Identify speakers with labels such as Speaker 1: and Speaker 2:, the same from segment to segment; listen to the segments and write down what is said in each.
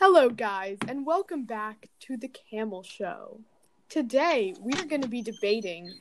Speaker 1: Hello, guys, and welcome back to the Camel Show. Today, we are going to be debating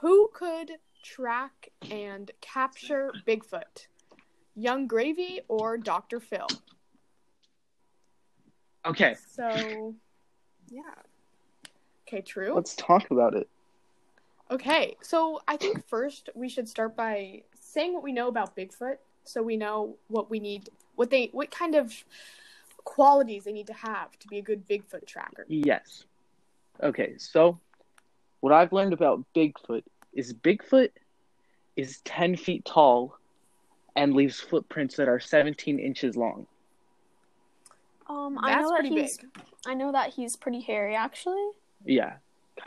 Speaker 1: who could track and capture Bigfoot Young Gravy or Dr. Phil.
Speaker 2: Okay,
Speaker 1: So, yeah. Okay, true.
Speaker 3: Let's talk about it.
Speaker 1: Okay, so I think first we should start by saying what we know about Bigfoot, so we know what we need, what they, what kind of qualities they need to have to be a good Bigfoot tracker.
Speaker 2: yes.
Speaker 3: Okay, so what I've learned about Bigfoot
Speaker 2: Is Bigfoot is 10 feet tall and leaves footprints that are 17 inches long.
Speaker 4: Um, I
Speaker 1: That's
Speaker 4: know that
Speaker 1: pretty
Speaker 4: he's. I know that he's pretty hairy, actually.
Speaker 2: Yeah. Kinda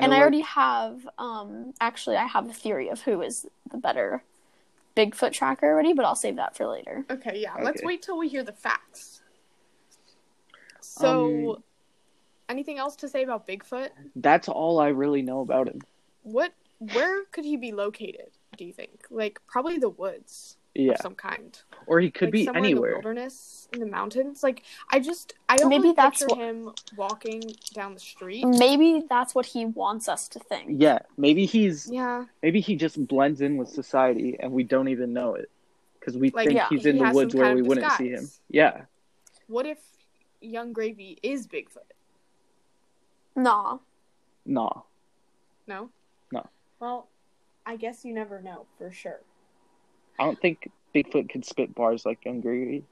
Speaker 4: and I
Speaker 2: like-
Speaker 4: already have. Um, actually, I have a theory of who is the better Bigfoot tracker already, but I'll save that for later.
Speaker 1: Okay, yeah. Let's
Speaker 2: Okay.
Speaker 1: wait till we hear the facts. So,
Speaker 2: Um,
Speaker 1: anything else to say about Bigfoot?
Speaker 3: that's all I really know about him.
Speaker 1: What, where could he be located? Do you think? Like probably the woods
Speaker 3: Yeah.
Speaker 1: of some kind.
Speaker 2: or he could
Speaker 1: like,
Speaker 2: be
Speaker 1: somewhere In the
Speaker 2: anywhere.
Speaker 1: wilderness, in the mountains. Like I just, I don't
Speaker 4: Maybe
Speaker 1: really
Speaker 4: that's
Speaker 1: picture
Speaker 4: what-
Speaker 1: him walking down the street.
Speaker 4: Maybe that's what he wants us to think.
Speaker 3: Yeah, maybe he's
Speaker 1: Yeah,
Speaker 3: maybe he just blends in with society and we don't even know it cuz we
Speaker 1: Like,
Speaker 3: think
Speaker 4: yeah,
Speaker 3: he's
Speaker 1: he
Speaker 3: in the
Speaker 1: has
Speaker 3: woods
Speaker 1: some
Speaker 3: where
Speaker 1: kind
Speaker 3: we
Speaker 1: of
Speaker 3: wouldn't see him.
Speaker 1: disguise.
Speaker 3: Yeah.
Speaker 1: What if Young Gravy is Bigfoot?
Speaker 4: Nah.
Speaker 3: Nah.
Speaker 1: No?
Speaker 3: No.
Speaker 1: Well, I guess you never know for sure.
Speaker 3: I don't think Bigfoot could spit bars like Young Greedy.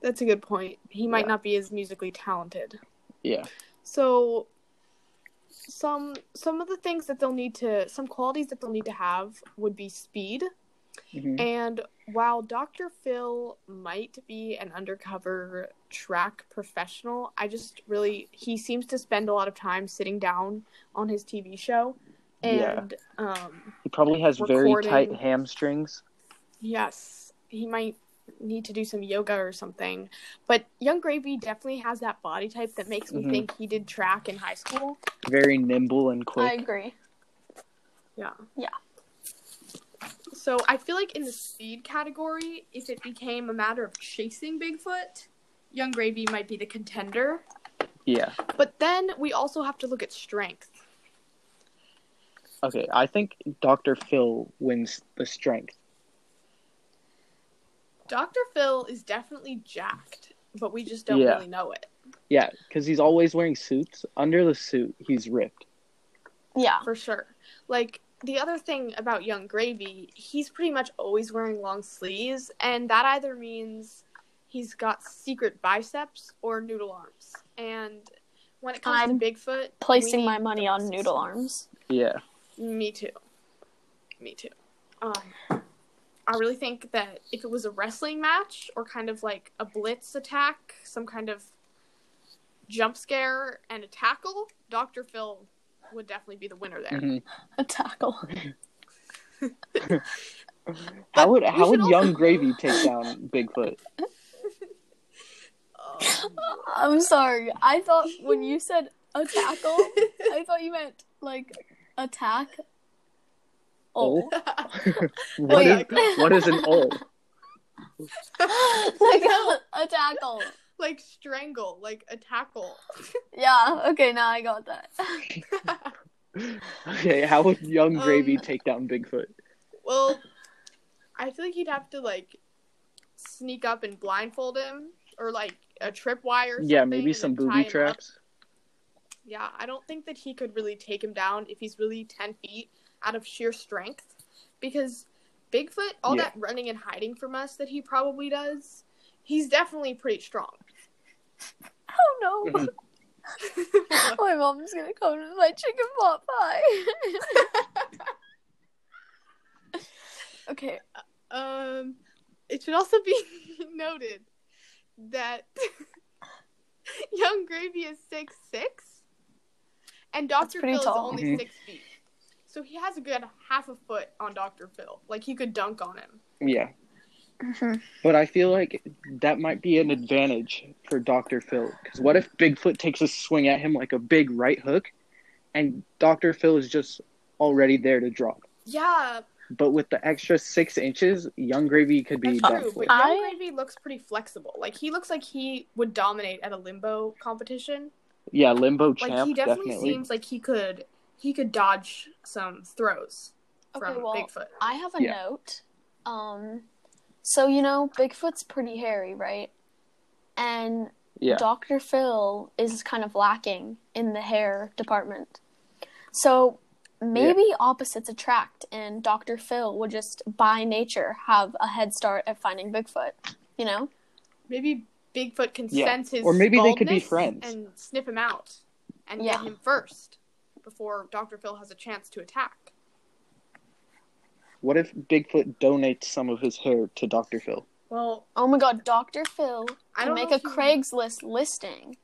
Speaker 1: That's a good point. He might
Speaker 3: Yeah.
Speaker 1: not be as musically talented.
Speaker 3: Yeah.
Speaker 1: So some some of the things that they'll need to some qualities that they'll need to have would be speed.
Speaker 3: Mhm.
Speaker 1: And while Dr. Phil might be an undercover track professional, I just really he seems to spend a lot of time sitting down on his TV show
Speaker 3: Yeah.
Speaker 1: and um
Speaker 3: He probably has very
Speaker 1: Recording.
Speaker 3: tight hamstrings.
Speaker 1: yes, he might need to do some yoga or something. But Young Gravy definitely has that body type that makes me
Speaker 3: Mhm.
Speaker 1: think he did track in high school.
Speaker 3: Very nimble and
Speaker 4: I
Speaker 3: quick.
Speaker 4: agree.
Speaker 1: Yeah.
Speaker 4: Yeah.
Speaker 1: So I feel like in the speed category, if it became a matter of chasing Bigfoot, Young Gravy might be the contender.
Speaker 3: Yeah.
Speaker 1: But then we also have to look at strength.
Speaker 3: Okay, I think Dr. Phil wins the strength.
Speaker 1: Dr. Phil is definitely jacked, but we just don't
Speaker 3: Yeah.
Speaker 1: really know it
Speaker 3: Yeah, cuz he's always wearing suits. Under the suit, he's ripped.
Speaker 4: Yeah.
Speaker 1: for sure. Like the other thing about Young Gravy, he's pretty much always wearing long sleeves, and that either means he's got secret biceps or noodle arms. And when it comes
Speaker 4: I'm
Speaker 1: to Bigfoot,
Speaker 4: Placing
Speaker 1: we
Speaker 4: my
Speaker 1: need
Speaker 4: money on
Speaker 1: those.
Speaker 4: noodle arms.
Speaker 3: Yeah.
Speaker 1: Me too. Me too. Um, I really think that if it was a wrestling match or kind of like a blitz attack, some kind of jump scare and a tackle, Dr. Phil would definitely be the winner there.
Speaker 3: Mhm.
Speaker 4: A tackle.
Speaker 3: How would
Speaker 1: we
Speaker 3: how would
Speaker 1: should
Speaker 3: Young
Speaker 1: also-
Speaker 3: Gravy take down Bigfoot?
Speaker 4: I'm sorry. I thought when you said a tackle, I thought you meant like attack. Oh.
Speaker 3: What is
Speaker 1: Wait, I-
Speaker 3: what is an old?
Speaker 4: like a, a tackle.
Speaker 1: like strangle, like a tackle.
Speaker 4: Yeah, okay, now I got that. Oh,
Speaker 3: Okay, how would Young Gravy
Speaker 1: Um,
Speaker 3: take down Bigfoot?
Speaker 1: Well, I feel like he'd have to like sneak up and blindfold him or like a tripwire. or
Speaker 3: Yeah,
Speaker 1: something
Speaker 3: maybe
Speaker 1: and
Speaker 3: some
Speaker 1: then tie
Speaker 3: booby
Speaker 1: him up.
Speaker 3: traps.
Speaker 1: Yeah, I don't think that he could really take him down if he's really 10 feet out of sheer strength. Because Bigfoot, all
Speaker 3: Yeah.
Speaker 1: that running and hiding from us that he probably does, he's definitely pretty strong.
Speaker 4: Oh no. my mom's gonna come with my chicken pot pie. okay.
Speaker 1: um, it should also be noted that Young Gravy is six six, and Dr.
Speaker 4: pretty
Speaker 1: Phil is
Speaker 4: tall.
Speaker 1: only
Speaker 3: Mhm.
Speaker 1: 6 feet. So he has a good half a foot on Dr. Phil. Like, he could dunk on him.
Speaker 3: Yeah, but I feel like that might be an advantage for Doctor Phil. Because what if Bigfoot takes a swing at him like a big right hook, and Doctor Phil is just already there to drop?
Speaker 1: Yeah,
Speaker 3: but with the extra six inches, Young Gravy could be
Speaker 1: That's true,
Speaker 3: done
Speaker 1: but
Speaker 3: for.
Speaker 4: I-
Speaker 1: Young Gravy looks pretty flexible. Like he looks like he would dominate at a limbo competition.
Speaker 3: Yeah, Limbo
Speaker 1: Like
Speaker 3: Champ
Speaker 1: he definitely,
Speaker 3: definitely.
Speaker 1: seems like he could he could dodge some throws
Speaker 4: Okay,
Speaker 1: from
Speaker 4: well,
Speaker 1: Bigfoot.
Speaker 4: I have a
Speaker 3: Yeah.
Speaker 4: note. Um, so you know, Bigfoot's pretty hairy, right? And
Speaker 3: yeah,
Speaker 4: Dr. Phil is kind of lacking in the hair department. So maybe opposites attract, and Dr. Phil would just by nature have a head start at finding Bigfoot. You know?
Speaker 1: Maybe Bigfoot can
Speaker 3: Yeah.
Speaker 1: sense his
Speaker 3: Or maybe they could be
Speaker 1: baldness
Speaker 3: friends.
Speaker 1: and sniff him out and
Speaker 4: Yeah.
Speaker 1: get him first before Dr. Phil has a chance to attack.
Speaker 3: What if Bigfoot donates some of his hair to Doctor Phil?
Speaker 1: Well,
Speaker 4: Oh my god, Dr. Phil
Speaker 1: I
Speaker 4: can
Speaker 1: don't
Speaker 4: make
Speaker 1: know
Speaker 4: a
Speaker 1: if he-
Speaker 4: Craigslist listing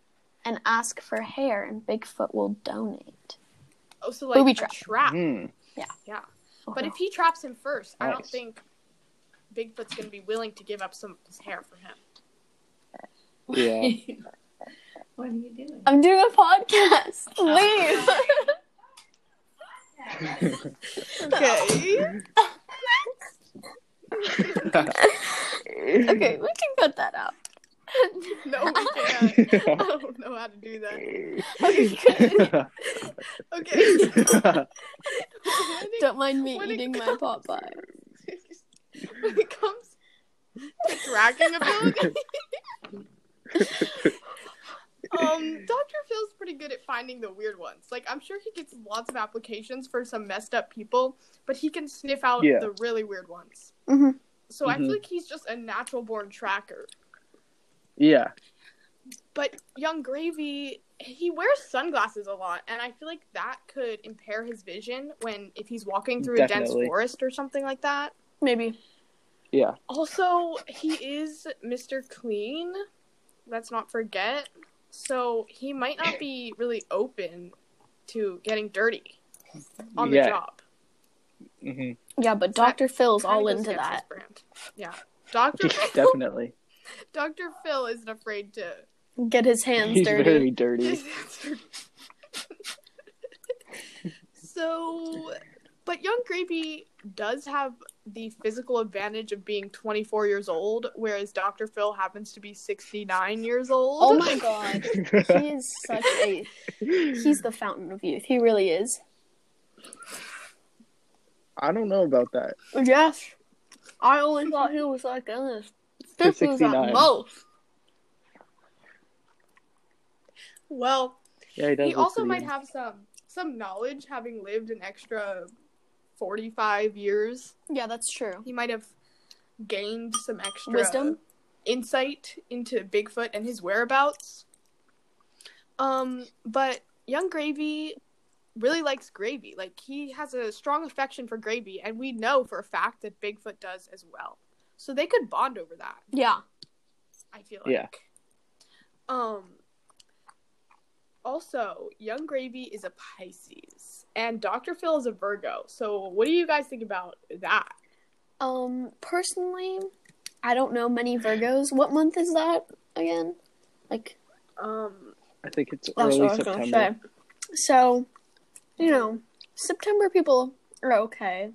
Speaker 4: and ask for hair, and Bigfoot will donate.
Speaker 1: Oh, so like
Speaker 4: Booby
Speaker 1: a
Speaker 4: trap.
Speaker 1: trap.
Speaker 3: Hmm.
Speaker 1: Yeah.
Speaker 4: Oh
Speaker 1: But
Speaker 4: no.
Speaker 1: if he traps him first, I don't
Speaker 3: Nice.
Speaker 1: think Bigfoot's going to be willing to give up some of his hair for him.
Speaker 3: Yeah.
Speaker 5: what are you doing?
Speaker 4: I'm doing a podcast,
Speaker 1: Oh.
Speaker 4: leave.
Speaker 1: Okay.
Speaker 4: okay, we can cut that out.
Speaker 1: no, we can't. I don't know how to do that. Okay. When it-
Speaker 4: Don't mind me
Speaker 1: When it
Speaker 4: eating my
Speaker 1: comes-
Speaker 4: pot pie.
Speaker 1: when it comes to tracking ability, um, Dr. Phil's pretty good at finding the weird ones. Like, I'm sure he gets lots of applications for some messed up people, but he can sniff out
Speaker 3: Yeah.
Speaker 1: the really weird ones.
Speaker 4: Mhm.
Speaker 1: So I feel
Speaker 3: Mhm.
Speaker 1: like he's just a natural born tracker.
Speaker 3: yeah.
Speaker 1: But Young Gravy, he wears sunglasses a lot, and I feel like that could impair his vision when if he's walking through a
Speaker 3: Definitely.
Speaker 1: dense forest or something like that.
Speaker 4: Maybe.
Speaker 3: Yeah.
Speaker 1: Also, he is Mr. Clean. Let's not forget. So he might not be really open to getting dirty on the
Speaker 3: Yeah.
Speaker 1: job.
Speaker 3: hmm
Speaker 4: Yeah, but
Speaker 1: That
Speaker 4: Dr. Phil's all
Speaker 1: Kinda goes
Speaker 4: into
Speaker 1: against his
Speaker 4: that.
Speaker 1: brand. Yeah. Dr.
Speaker 3: Definitely.
Speaker 1: Dr. Phil isn't afraid to
Speaker 4: Get his hands
Speaker 3: He's
Speaker 4: dirty.
Speaker 3: very dirty.
Speaker 1: Yes, that's her- so, but Young Gravy does have the physical advantage of being 24 years old, whereas Dr. Phil happens to be 69 years old.
Speaker 4: Oh my god. He is such a he's the fountain of youth. He really is.
Speaker 3: I don't know about that.
Speaker 4: Yes. I always thought he was like this.
Speaker 3: To 69.
Speaker 4: most.
Speaker 1: Well,
Speaker 3: Yeah, he does.
Speaker 1: he
Speaker 3: look
Speaker 1: also
Speaker 3: pretty
Speaker 1: might
Speaker 3: young.
Speaker 1: have some some knowledge, having lived an extra 45 years.
Speaker 4: Yeah, that's true.
Speaker 1: He might have gained some extra
Speaker 4: Wisdom?
Speaker 1: insight into Bigfoot and his whereabouts. Um, but young Gravy really likes Gravy. Like he has a strong affection for Gravy, and we know for a fact that Bigfoot does as well. So they could bond over that.
Speaker 4: Yeah.
Speaker 1: I feel like.
Speaker 3: Yeah.
Speaker 1: Um. Also, Young Gravy is a Pisces, and Dr. Phil is a Virgo. So, what do you guys think about that?
Speaker 4: Um personally, I don't know many Virgos. What month is that again? Like
Speaker 1: Um,
Speaker 3: I think it's
Speaker 4: That's
Speaker 3: early
Speaker 4: what Oh, I was gonna
Speaker 3: September.
Speaker 4: say. So, you know, September people are okay.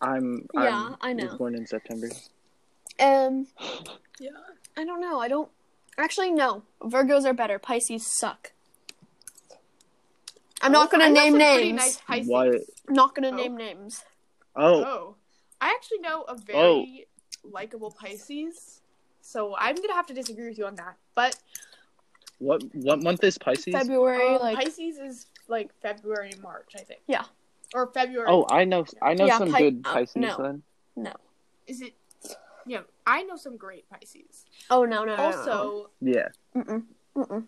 Speaker 3: I'm, I'm
Speaker 4: Yeah, I know.
Speaker 3: was born in September.
Speaker 4: Um,
Speaker 1: yeah.
Speaker 4: I don't know. I don't actually no. Virgos are better. Pisces suck. I'm not gonna
Speaker 1: Oh, I know
Speaker 4: name
Speaker 1: some pretty
Speaker 4: names.
Speaker 1: Nice Pisces.
Speaker 3: What?
Speaker 4: I'm not gonna
Speaker 1: Oh.
Speaker 4: name names.
Speaker 3: Oh,
Speaker 1: Oh, I actually know a very likable Pisces, so I'm gonna have to disagree with you on that. But
Speaker 3: what what month is Pisces?
Speaker 4: February,
Speaker 1: um,
Speaker 4: like
Speaker 1: Pisces is like February, March, I think.
Speaker 4: Yeah.
Speaker 1: Or February.
Speaker 3: Oh, I know I know
Speaker 4: Yeah,
Speaker 3: some
Speaker 4: Pi-
Speaker 3: good
Speaker 4: oh,
Speaker 3: Pisces
Speaker 4: no.
Speaker 3: then.
Speaker 4: no.
Speaker 1: is it? Yeah, I know some great Pisces.
Speaker 4: Oh no no. no, no,
Speaker 1: Also,
Speaker 3: Yeah,
Speaker 4: no. Mm-mm, mm-mm.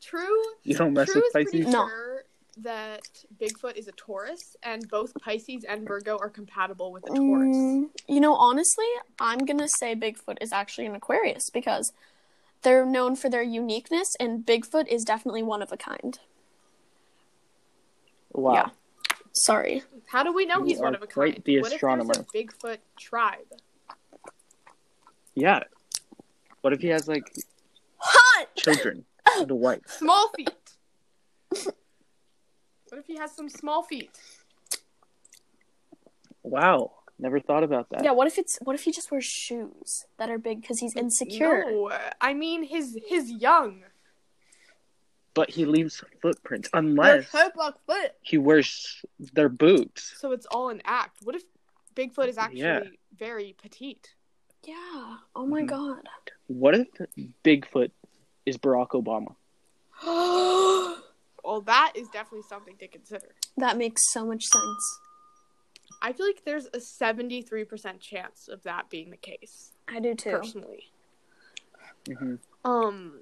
Speaker 1: True.
Speaker 3: you don't mess
Speaker 1: True
Speaker 3: with
Speaker 1: is pretty
Speaker 3: Pisces.
Speaker 4: No.
Speaker 1: sure that Bigfoot is a Taurus, and both Pisces and Virgo are compatible with a Taurus.
Speaker 4: Mm, you know, honestly, I'm gonna say Bigfoot is actually an Aquarius because they're known for their uniqueness, and Bigfoot is definitely one of a kind.
Speaker 3: Wow.
Speaker 4: Yeah. Sorry.
Speaker 1: How do we know
Speaker 3: You
Speaker 1: he's one
Speaker 3: are
Speaker 1: of a
Speaker 3: quite
Speaker 1: kind?
Speaker 3: the
Speaker 1: what
Speaker 3: astronomer.
Speaker 1: if there's a Bigfoot tribe?
Speaker 3: Yeah. What if he has like
Speaker 4: Hot.
Speaker 3: children and a wife?
Speaker 1: Small feet. what if he he has some small feet.
Speaker 3: Wow. Never thought about that.
Speaker 4: Yeah, what if it's what if he just wears shoes that are big because he's insecure?
Speaker 1: No, I mean his his young.
Speaker 3: But he leaves footprints unless
Speaker 1: foot.
Speaker 3: he wears their boots.
Speaker 1: So it's all an act. What if Bigfoot is actually
Speaker 3: Yeah.
Speaker 1: very petite?
Speaker 4: Yeah. Oh my
Speaker 1: Mm-hmm.
Speaker 3: Mhm.
Speaker 4: god.
Speaker 3: What if Bigfoot is Barack Obama?
Speaker 1: Well, that is definitely something to consider.
Speaker 4: That makes so much sense.
Speaker 1: I feel like there's a 73% chance of that being the case,
Speaker 4: I do too.
Speaker 1: personally.
Speaker 3: hmm
Speaker 1: Um,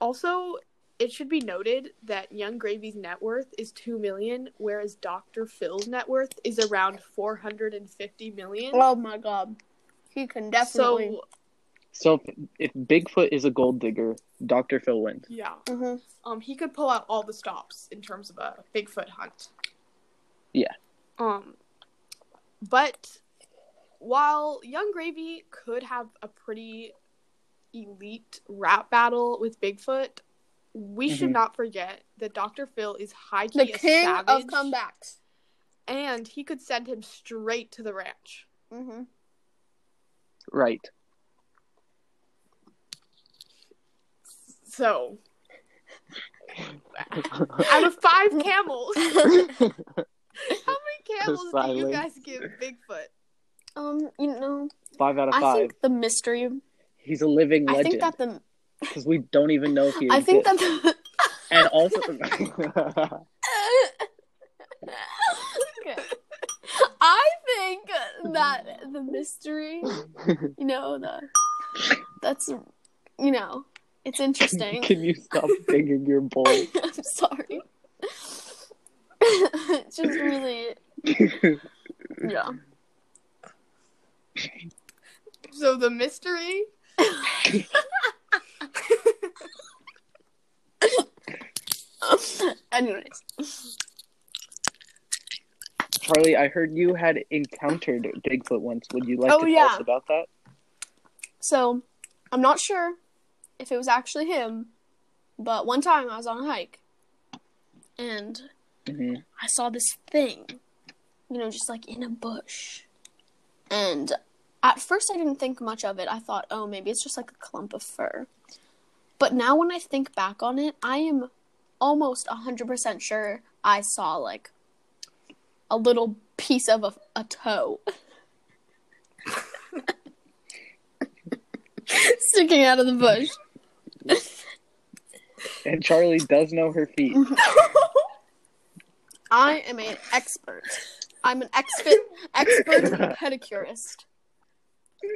Speaker 1: also, it should be noted that Young Gravy's net worth is two million, whereas Dr. Phil's net worth is around four hundred and fifty million.
Speaker 4: Oh my god. He can
Speaker 1: so
Speaker 3: So if, if Bigfoot is a gold digger, Dr. Phil wins.
Speaker 1: yeah,
Speaker 4: hmm
Speaker 1: um, he could pull out all the stops in terms of a Bigfoot hunt.
Speaker 3: Yeah.
Speaker 1: Um, but while Young Gravy could have a pretty elite rap battle with Bigfoot, we should
Speaker 3: Mhm.
Speaker 1: not forget that Dr. Phil is high key
Speaker 6: The
Speaker 1: a
Speaker 6: king
Speaker 1: savage,
Speaker 6: of comebacks.
Speaker 1: and he could send him straight to the ranch.
Speaker 6: Mm-hmm.
Speaker 3: Right.
Speaker 1: So, out of five camels, how
Speaker 4: Mm-hmm.
Speaker 1: many camels do you
Speaker 3: Silence.
Speaker 1: guys give Bigfoot?
Speaker 4: Um, you know,
Speaker 3: Five out of
Speaker 4: I
Speaker 3: five.
Speaker 4: think the mystery.
Speaker 3: He's a living
Speaker 4: I think
Speaker 3: legend
Speaker 4: that the.
Speaker 3: because we don't even know if he
Speaker 4: I think
Speaker 3: exists.
Speaker 4: that the.
Speaker 3: And also,
Speaker 4: Okay. I think that the mystery, you know, the that's you know, it's interesting.
Speaker 3: can you stop digging your bowl?
Speaker 4: I'm sorry. it's just really yeah.
Speaker 1: So the mystery
Speaker 4: Anyways,
Speaker 3: Charlie, I heard you had encountered Bigfoot once. Would you like
Speaker 4: Oh,
Speaker 3: to tell
Speaker 4: yeah.
Speaker 3: us about that?
Speaker 4: so I'm not sure if it was actually him, but one time I was on a hike and
Speaker 3: hmm
Speaker 4: I saw this thing, you know, just like in a bush. And at first, I didn't think much of it. I thought, oh, maybe it's just like a clump of fur. But now, when I think back on it, I am almost 100% sure I saw like a little piece of a, a toe sticking out of the bush.
Speaker 3: And Charlie does know her feet.
Speaker 4: I am an expert. I'm an expert, expert pedicurist.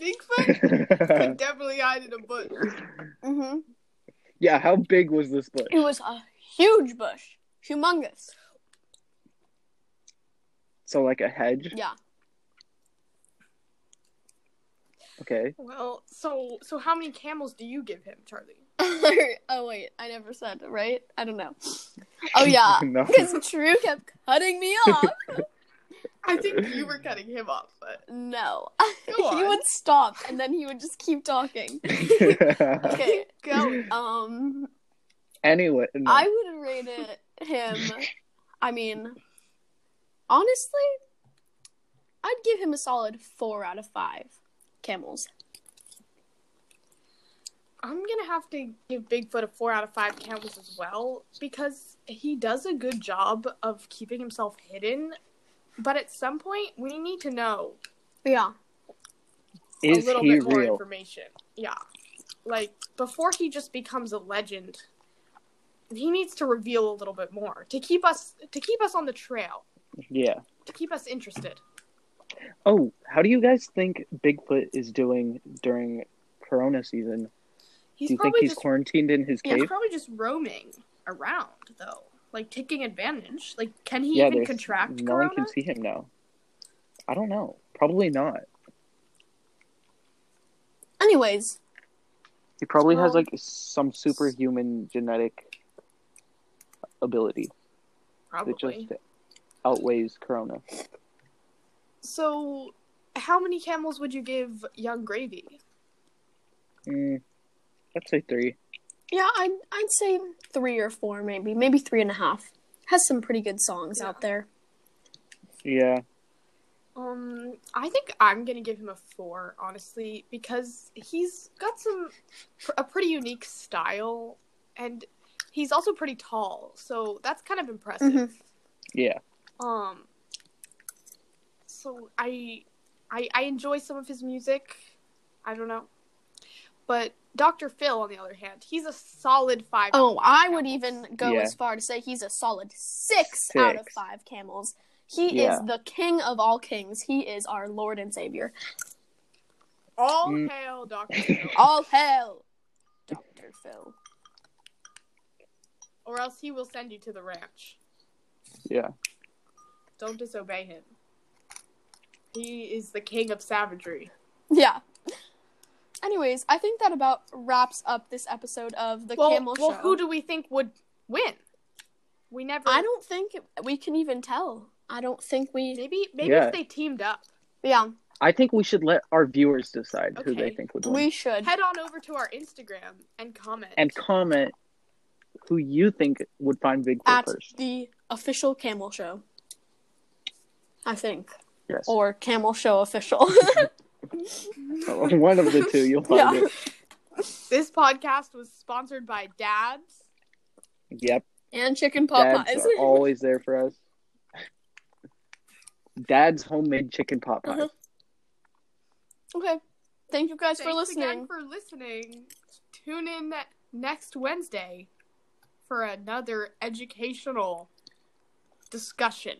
Speaker 1: Bigfoot could definitely hide in a bush.
Speaker 4: Mm-hmm.
Speaker 3: yeah, how big was this bush?
Speaker 4: It was a huge bush, humongous.
Speaker 3: So, like a hedge?
Speaker 4: Yeah.
Speaker 3: Okay.
Speaker 1: Well, so so how many camels do you give him, Charlie?
Speaker 4: oh wait, I never said right. I don't know. Oh yeah,
Speaker 3: no.
Speaker 4: because True kept cutting me off.
Speaker 1: I think you were cutting him off, but
Speaker 4: No,
Speaker 1: Go
Speaker 4: he
Speaker 1: on.
Speaker 4: would stop and then he would just keep talking. Okay,
Speaker 1: go.
Speaker 4: um,
Speaker 3: anyway, no.
Speaker 4: I would rate it him. I mean, honestly, I'd give him a solid four out of five camels.
Speaker 1: I'm gonna have to give Bigfoot a four out of five camels as well because he does a good job of keeping himself hidden. But at some point, we need to know
Speaker 4: Yeah,
Speaker 3: is
Speaker 1: a little
Speaker 3: he
Speaker 1: bit more
Speaker 3: real?
Speaker 1: information. Yeah. Like before he just becomes a legend, he needs to reveal a little bit more to keep us to keep us on the trail,
Speaker 3: Yeah.
Speaker 1: to keep us interested.
Speaker 3: Oh, how do you guys think Bigfoot is doing during Corona season?
Speaker 1: He's
Speaker 3: do you think
Speaker 1: probably
Speaker 3: he's
Speaker 1: just
Speaker 3: quarantined in his
Speaker 1: he's
Speaker 3: cave?
Speaker 1: probably just roaming around though. Like taking advantage. Like can he
Speaker 3: yeah,
Speaker 1: even
Speaker 3: there's
Speaker 1: contract
Speaker 3: no
Speaker 1: corona?
Speaker 3: one can see him now. I don't know. Probably not.
Speaker 4: Anyways,
Speaker 3: He probably has
Speaker 1: Well-
Speaker 3: like some superhuman genetic ability
Speaker 1: probably.
Speaker 3: that just outweighs Corona.
Speaker 1: So how many camels would you give Young Gravy?
Speaker 3: Mm, I'd say three.
Speaker 4: Yeah, I'd, I'd say three or four, maybe. Maybe three and a half. Has some pretty good songs
Speaker 1: Yeah.
Speaker 4: out there.
Speaker 3: Yeah.
Speaker 1: Um, I think I'm gonna give him a four, honestly, because he's got some pr- a pretty unique style, and he's also pretty tall, so that's kind of impressive.
Speaker 3: Yeah.
Speaker 1: Um, so I, I, I enjoy some of his music. I don't know, but Dr. Phil, on the other hand, he's a solid five.
Speaker 4: Oh, I would even go
Speaker 3: Yeah.
Speaker 4: as far to say he's a solid six, out of
Speaker 3: Six.
Speaker 4: five camels. He
Speaker 3: Yeah.
Speaker 4: is the king of all kings. He is our Lord and Savior.
Speaker 1: all
Speaker 3: Mm.
Speaker 1: hail Dr. Phil,
Speaker 4: All hail, Dr. Phil.
Speaker 1: or else he will send you to the ranch.
Speaker 3: Yeah.
Speaker 1: Don't disobey him. He is the king of savagery.
Speaker 4: Yeah. Anyways, I think that about wraps up this episode of the
Speaker 1: well,
Speaker 4: Camel
Speaker 1: well,
Speaker 4: Show.
Speaker 1: who do we think would win? We never.
Speaker 4: I don't think it- we can even tell. I don't think we.
Speaker 1: Maybe, maybe
Speaker 3: Yeah.
Speaker 1: if they teamed up.
Speaker 4: Yeah,
Speaker 3: I think we should let our viewers decide who they
Speaker 1: Okay.
Speaker 3: think would win.
Speaker 4: we should.
Speaker 1: Head on over to our Instagram and comment.
Speaker 3: and comment who you think would find Bigfoot
Speaker 4: At
Speaker 3: first.
Speaker 4: the official Camel Show. I think.
Speaker 3: Yes.
Speaker 4: Or Camel Show official.
Speaker 3: One of the two, you'll find
Speaker 4: Yeah.
Speaker 3: it.
Speaker 1: this podcast was sponsored by Dabs.
Speaker 3: Yep.
Speaker 4: and chicken pot
Speaker 3: Dads
Speaker 4: pies.
Speaker 3: are always there for us. Dad's homemade chicken pot pie.
Speaker 4: Uh-huh. okay. Thank you guys
Speaker 1: Thanks
Speaker 4: for listening.
Speaker 1: again for listening. Tune in next Wednesday for another educational discussion.